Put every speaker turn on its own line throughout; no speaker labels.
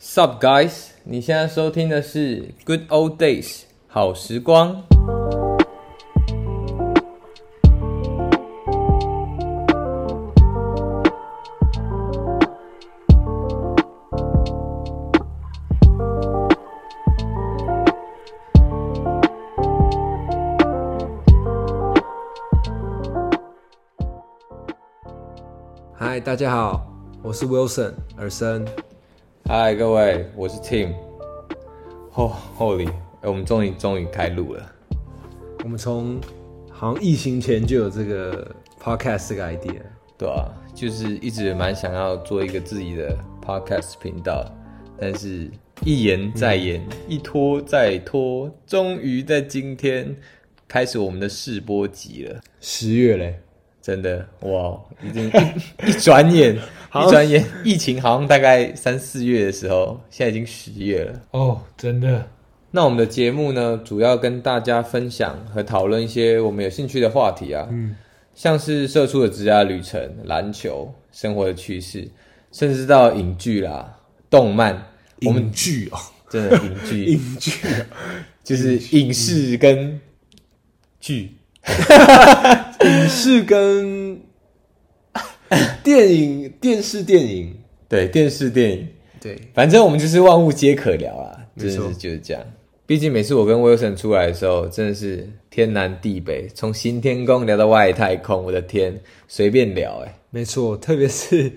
Sup guys，你现在收听的是 Good Old Days 好时光。
嗨，大家好，我是 Wilson 尔森。
嗨，各位，我是 Tim。哦、oh,，Holy，哎、我们终于终于开录了。
我们从好像疫情前就有这个 podcast 这个 idea，
对啊，就是一直蛮想要做一个自己的 podcast 频道，但是一延再延，一拖再拖，终于在今天开始我们的试播集了。
十月嘞，
真的哇，已经一 一转眼，
好
一转眼，疫情好像大概三四月的时候，现在已经十月了。
哦，真的，
那我们的节目呢，主要跟大家分享和讨论一些我们有兴趣的话题啊，嗯，像是社畜的职涯旅程、篮球、生活的趋势，甚至到影剧啦、动漫，我们
影剧哦，
真的影剧
影剧
就是影视跟剧，
影视跟电影、电视、电影，
对，电视电影，
对，
反正我们就是万物皆可聊啦，真的
没
是
错
就是这样。毕竟每次我跟 Wilson 出来的时候，真的是天南地北，从新天宫聊到外太空，我的天，随便聊哎、
没错，特别是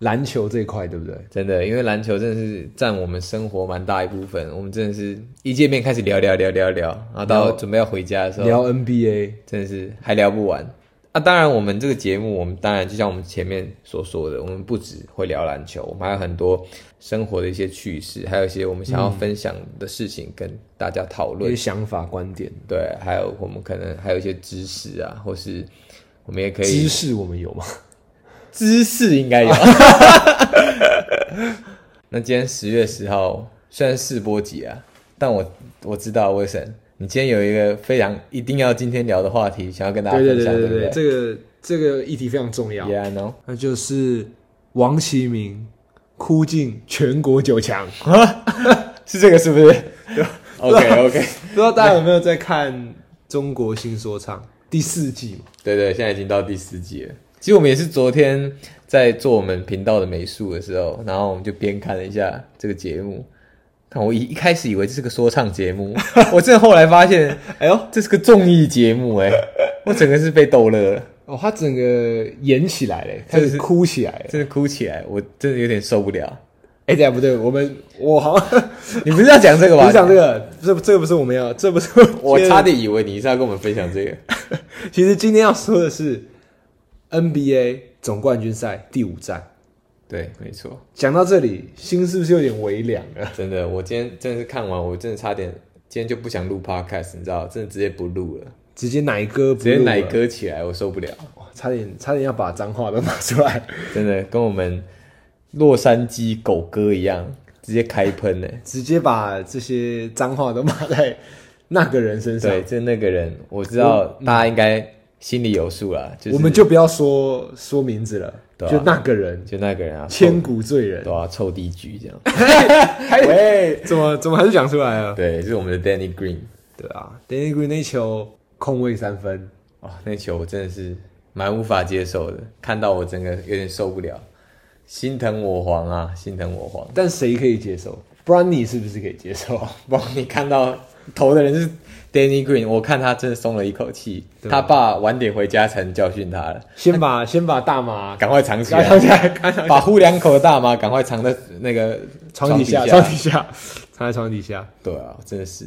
篮球这一块，对不对？
真的，因为篮球真的是占我们生活蛮大一部分。我们真的是一见面开始聊聊聊聊聊，然后到准备要回家的时候，
聊 NBA，
真的是还聊不完。啊，当然，我们这个节目，我们当然就像我们前面所说的，我们不只会聊篮球，我们还有很多生活的一些趣事，还有一些我们想要分享的事情跟大家讨
一
论。
些想法、观点、
对，啊还有我们可能还有一些知识啊，或是我们也可以
知识，我们有吗？
姿势应 该有。那今天十月十号虽然试播集啊，但我我知道威神，你今天有一个非常一定要今天聊的话题，想要跟大家
对
分
对对
享，
对
不
对，这个这个议题非常重要。
？Yeah, I know。
那就是王其明哭进全国九强。
是这个是不是 ？OK OK，
不知道大家有没有在看《中国新说唱》第四季嘛？
对对，现在已经到第四季了。其实我们也是昨天在做我们频道的美术的时候，然后我们就边看了一下这个节目。看我一一开始以为这是个说唱节 目，我真的后来发现，哎呦，这是个综艺节目 哎、我整个是被逗乐了，
哦，他整个演起来了，开
这是
始哭起来了。
真的哭起来，我真的有点受不了。
哎，对不对，我们我 好像
你不是要讲这个
不
吧？
是讲这个，这这个不是我们要，这不是
我
今天
差。点以为你是要跟我们分享这个。
其实今天要说的是 NBA 总冠军赛第五战。
对，没错。
讲到这里，心是不是有点微凉啊 了？
真的，我今天真的是看完，我真的差点，今天就不想录 podcast，你知道，真的直接不录了，
直接奶哥不
直接
录了
奶，哥起来，我受不了，
哇差点差点要把脏话都拿出来，
真的跟我们洛杉矶狗哥一样，直接开喷欸 呢、
直接把这些脏话都骂在那个人身上。
对，就那个人，我知道
嗯
大家应该心里有数啦，就是
我们就不要说说名字了，
对啊
就那个人，
就那个人啊，
千古罪
臭
人。
对啊，臭地居这样，
喂，怎么怎么还是讲出来了？
对，就是我们的 Danny Green
对啊，Danny Green 那一球空位三分，
哦，那球我真的是蛮无法接受的，看到我整个有点受不了，心疼我皇啊，心疼我皇。
但谁可以接受 b r o n n y 是不是可以接受？
哇，你看到投的人是 Danny Green，我看他真的松了一口气。
对
他爸晚点回家才能教训他了，
先把先把大麻
赶快藏起
赶
来，
起来，赶快
把呼两口的大麻赶快藏在那个
床底
下。
下，床底下，藏在床底下。
对啊，真的是，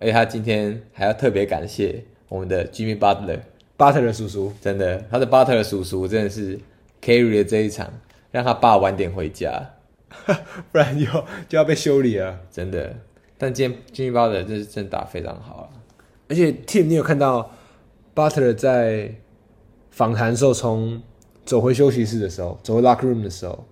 而且他今天还要特别感谢我们的 Jimmy Butler，
巴特勒叔叔，
真的，他的 Butler 叔叔真的是 carry 了这一场，让他爸晚点回家，
不然就就要被修理了。
真的。但今天 Jimmy Butler 真是真的打得非常好啊，
而且 Tim，你有看到 Butler 在访谈的时候，从走回休息室的时候，走回 locker room 的时候，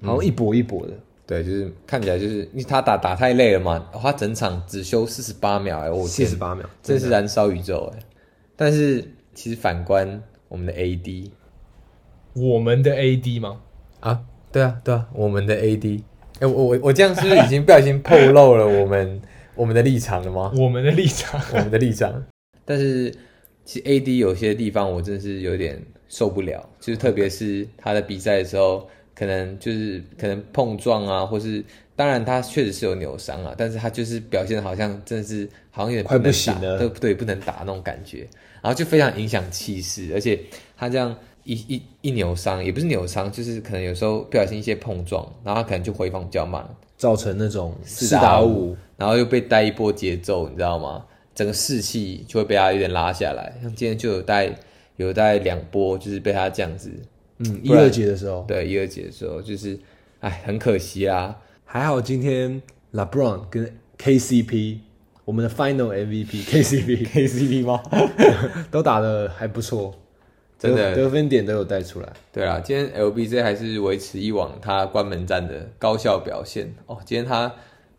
好像一跛一跛的，
对，就是看起来就是因为他打打太累了嘛，哦、他整场只休四十八秒哎、我
四
天
十，八秒，
真是燃烧宇宙哎、但是其实反观我们的 AD
我们的 AD 吗？
啊，对啊对啊，我们的 AD 哎、我我我这样是不是已经不小心透露了我们我们的立场了吗？
我们的立场。
我们的立场。 但是其实 AD 有些地方我真是有点受不了，就是特别是他在比赛的时候，可能就是可能碰撞啊，或是当然他确实是有扭伤啊，但是他就是表现的好像真的是好像有点
快不
能打
行了
对对，不能打那种感觉，然后就非常影响气势，而且他这样。一一一扭伤也不是扭伤，就是可能有时候不小心一些碰撞，然后他可能就回防比较慢，
造成那种
四打
打
五，然后又被带一波节奏，你知道吗？整个士气就会被他有点拉下来。像今天就有带有带两波，就是被他这样子，
嗯，一
不然
二节的时候，
对一二节的时候，就是哎，很可惜啦。
还好今天 LeBron 跟 KCP，我们的 Final MVP KCP KCP 吗？ 都打的还不错，
真的
得得分点都有带出来。
对啦，今天 LBJ 还是维持以往他关门战的高效表现哦。今天他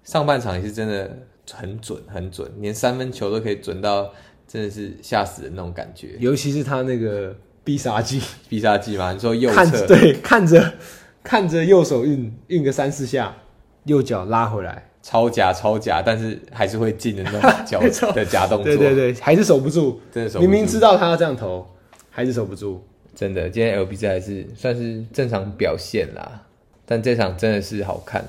上半场也是真的很准，很准，连三分球都可以准到，真的是吓死人那种感觉。
尤其是他那个必杀技，
必杀技嘛，你说右
看
侧
对看着看着右手运运个三四下，右脚拉回来，
超假超假，但是还是会进的那种
没
脚
错
的假动作。
对对，对，还是守不住，
真的守不住
明明知道他要这样投，还是守不住。
真的，今天 LBC 还是算是正常表现啦，但这场真的是好看。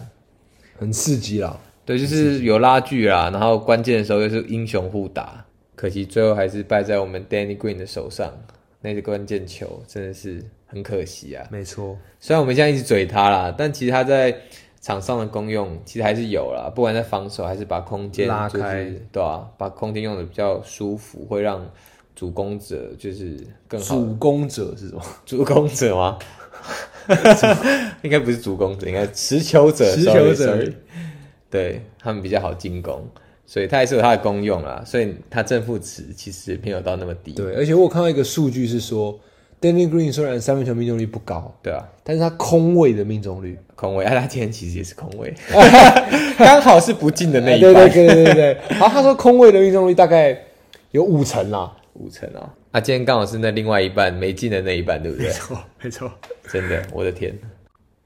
很刺激啦。
对，就是有拉锯啦，然后关键的时候又是英雄互打，可惜最后还是败在我们 Danny Green 的手上，那个关键球真的是很可惜啊。
没错，
虽然我们现在一直嘴他啦，但其实他在场上的功用其实还是有啦，不管在防守还是把空间、
拉
就是、
开，
对啊，把空间用的比较舒服，会让主攻者就是更好。
主攻者是什么？
主攻者 吗？应该不是主攻者，应该是持球者。
持球者
sorry，sorry 对他们比较好进攻，所以他也是有他的功用啦。所以他正负值其实没有到那么低。
对，而且我有看到一个数据是说，Danny Green 虽然三分球命中率不高，
对啊，
但是他空位的命中率，
空位，哎、他今天其实也是空 位，刚好是不进的那
对
一
对
半。
对对对对对。 然后他说空位的命中率大概有五成啦，
五成哦。啊，今天刚好是那另外一半没进的那一半，对不 对？
错没错。
真的，我的天，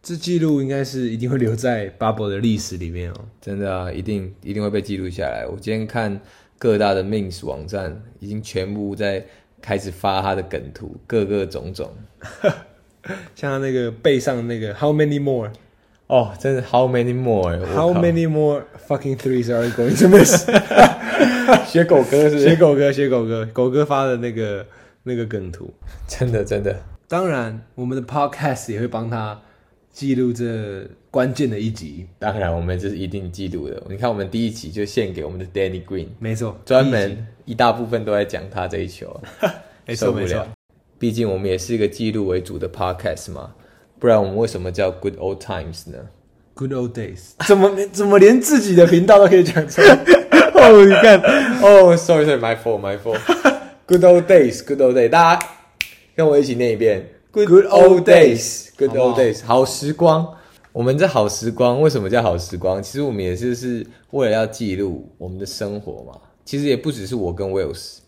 这记录应该是一定会留在 Bubble 的历史里面哦。
真的啊，一定一定会被记录下来。我今天看各大的 memes 网站，已经全部在开始发他的梗图，各个种种。
像他那个背上那个 How many more?
哦，真的，How many more？我
How
靠
many more fucking threes are you going to miss？
学狗哥是不
写
是？
狗哥，写狗哥，狗哥发的那个那个梗图。
真的真的，
当然，我们的 podcast 也会帮他记录这关键的一集。
当然我们这是一定记录的。你看，我们第一集就献给我们的 Danny Green，
没错，
专门一大部分都在讲他这一球啊。
没
受
错
不
没错
了。。毕竟我们也是一个记录为主的 podcast 嘛，不然我们为什么叫 Good Old Times 呢？
Good old days，怎么连怎么连自己的频道都可以讲出来？ 哦，你看，
哦、s o r r y sorry，my fault，my fault。Good old days，Good old days，大家跟我一起念一遍。
Good old
days，Good old
好不好
days，好时光。我们这好时光为什么叫好时光？其实我们也是是为了要记录我们的生活嘛。其实也不只是我跟 Wills，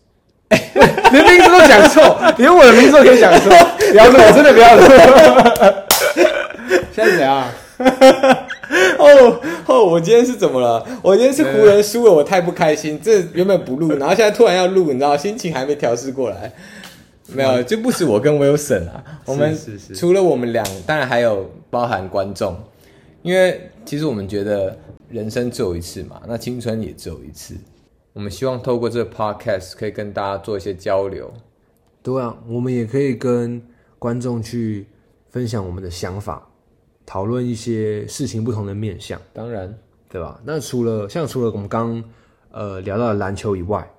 连名字都讲错，连我的名字都可以讲错， 不要录，我真的不要录。现在怎样？
哦哦，我今天是怎么了？我今天是湖人输了，我太不开心。这原本不 录，然后现在突然要录，你知道，心情还没调试过来。没有，就不止我跟 Wilson 啊，我们
嗯是是
除了我们俩，当然还有包含观众，因为其实我们觉得人生只有一次嘛，那青春也只有一次。我们希望透过这个 podcast 可以跟大家做一些交流，
对啊，我们也可以跟观众去分享我们的想法，讨论一些事情不同的面向。
当然
对吧？那除了像除了我们刚呃聊到的篮球以外，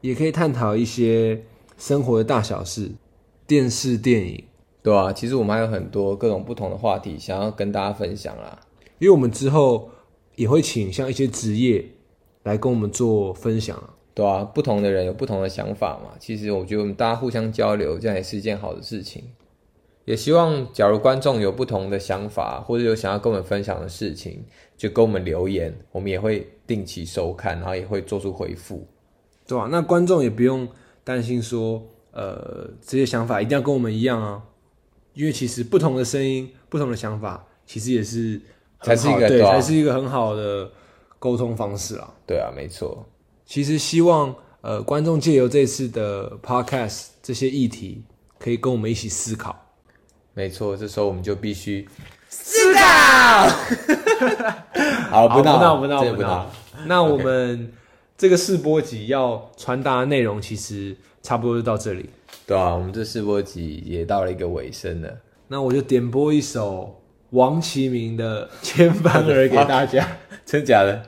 也可以探讨一些生活的大小事，电视、电影，
对啊，其实我们还有很多各种不同的话题想要跟大家分享啊啦。
因为我们之后也会请像一些职业来跟我们做分享啊。
对啊，不同的人有不同的想法嘛。其实我觉得我们大家互相交流，这样也是一件好的事情。也希望，假如观众有不同的想法，或者有想要跟我们分享的事情，就跟我们留言，我们也会定期收看，然后也会做出回复。
对吧、啊那观众也不用担心说，呃，这些想法一定要跟我们一样啊，因为其实不同的声音、不同的想法，其实也是
才是一
很好
个
对，
对啊
才是一个很好的沟通方式啊。
对啊，没错，
其实希望呃观众借由这次的 podcast 这些议题，可以跟我们一起思考。
没错，这时候我们就必须思 考。好，
好，
哦不
不
闹
闹
了
啊不闹
真的
不
不
闹
闹。。
那我们这个试播集要传达的内容，其实差不多就到这里。
对啊，我们这试播集也到了一个尾声了。
那我就点播一首王齐明的《千帆儿》给大家。
真假的？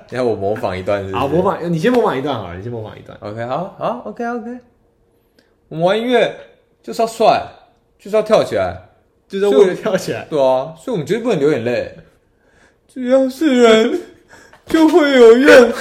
要我模仿一段是不是？
啊好，模仿你先模仿一段好了，你先模仿一段。
OK，好好，OK OK。我们玩音乐就是要帅，就是要跳起来，
就是为了跳起 来。
对啊，所以我们绝对不能流眼泪。只要是人，就会有怨。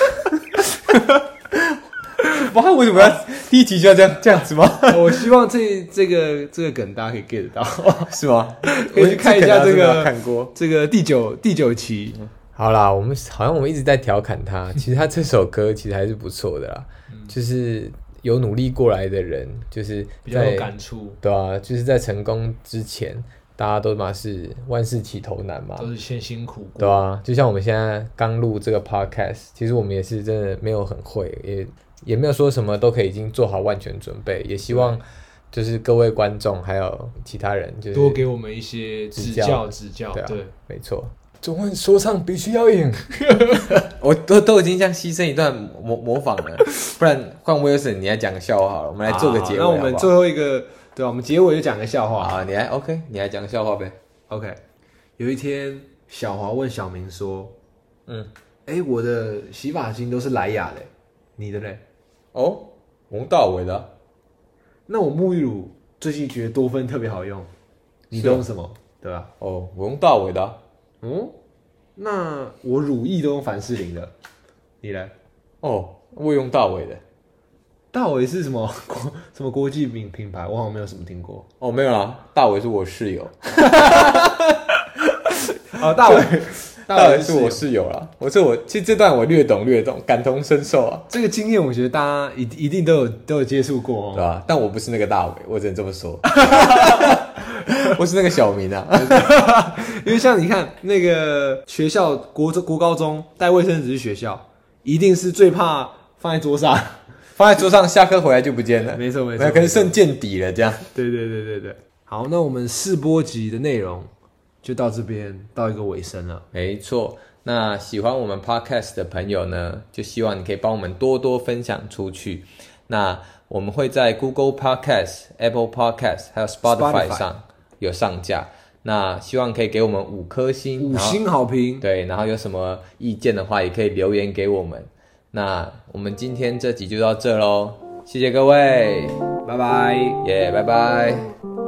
哇，为什么要第一集就要这样这样子吗？
我希望这这个这个梗大家可以 get 到。
是吗？
可以去看一下这个
我可能真的没有看过。
这个第九第九期，
好啦，我们好像我们一直在调侃他，其实他这首歌其实还是不错的啦，就是有努力过来的人，就是在
触，
对啊，就是在成功之前，大家都嘛是万事起头难嘛，
是先辛苦
对啊，就像我们现在刚录这个 podcast，其实我们也是真的没有很会，也也没有说什么都可以已经做好万全准备，也希望就是各位观众还有其他人就是
给我们一些
指指教教
指教
对啊对没错。中文说唱必须要 赢，我都都已经这样牺牲一段模模仿了，不然换 Wilson 你来讲个笑话好了，我们来做个结尾
啊那我们最后一个，对啊，我们结尾就讲个笑话。
啊，你来 OK，你来讲个笑话呗。
OK，有一天，小华问小明说
嗯，：“
哎、我的洗发精都是莱雅的，你的嘞？
哦，王大伟的啊、
那我沐浴乳最近觉得多芬特别好用，
啊
你都用什么？对吧、
哦，我用大伟的啊、
嗯，那我乳液都用凡士林的，你嘞？
哦，我用大伟的。
大伟是什么国什么国际品品牌？我好像没有什么听过。
哦，没有啦，大伟是我室友，
啊，大伟，
大
伟
伟是我室友啦。我这我其实这段我略懂略懂，感同身受啊，
这个经验，我觉得大家一一定都有都有接触过
对
哦。
吧、但我不是那个大伟，我只能这么 说，我是那个小明啊。
因为像你看那个学校国中国高中带卫生纸去学校，一定是最怕放在桌上。
放在桌上，下课回来就不见了。
没错没错
那可能剩见底了这样。
对对对对对。好，那我们试播集的内容就到这边到一个尾声了。
没错，那喜欢我们 podcast 的朋友呢，就希望你可以帮我们多多分享出去。那我们会在 Google Podcast、Apple Podcast 还有 Spotify
Spotify
上有上架。那希望可以给我们五颗星，
五
然后
星好评，
对，然后有什么意见的话，也可以留言给我们。那我们今天这集就到这喽，谢谢各位，
拜拜。
耶、拜拜。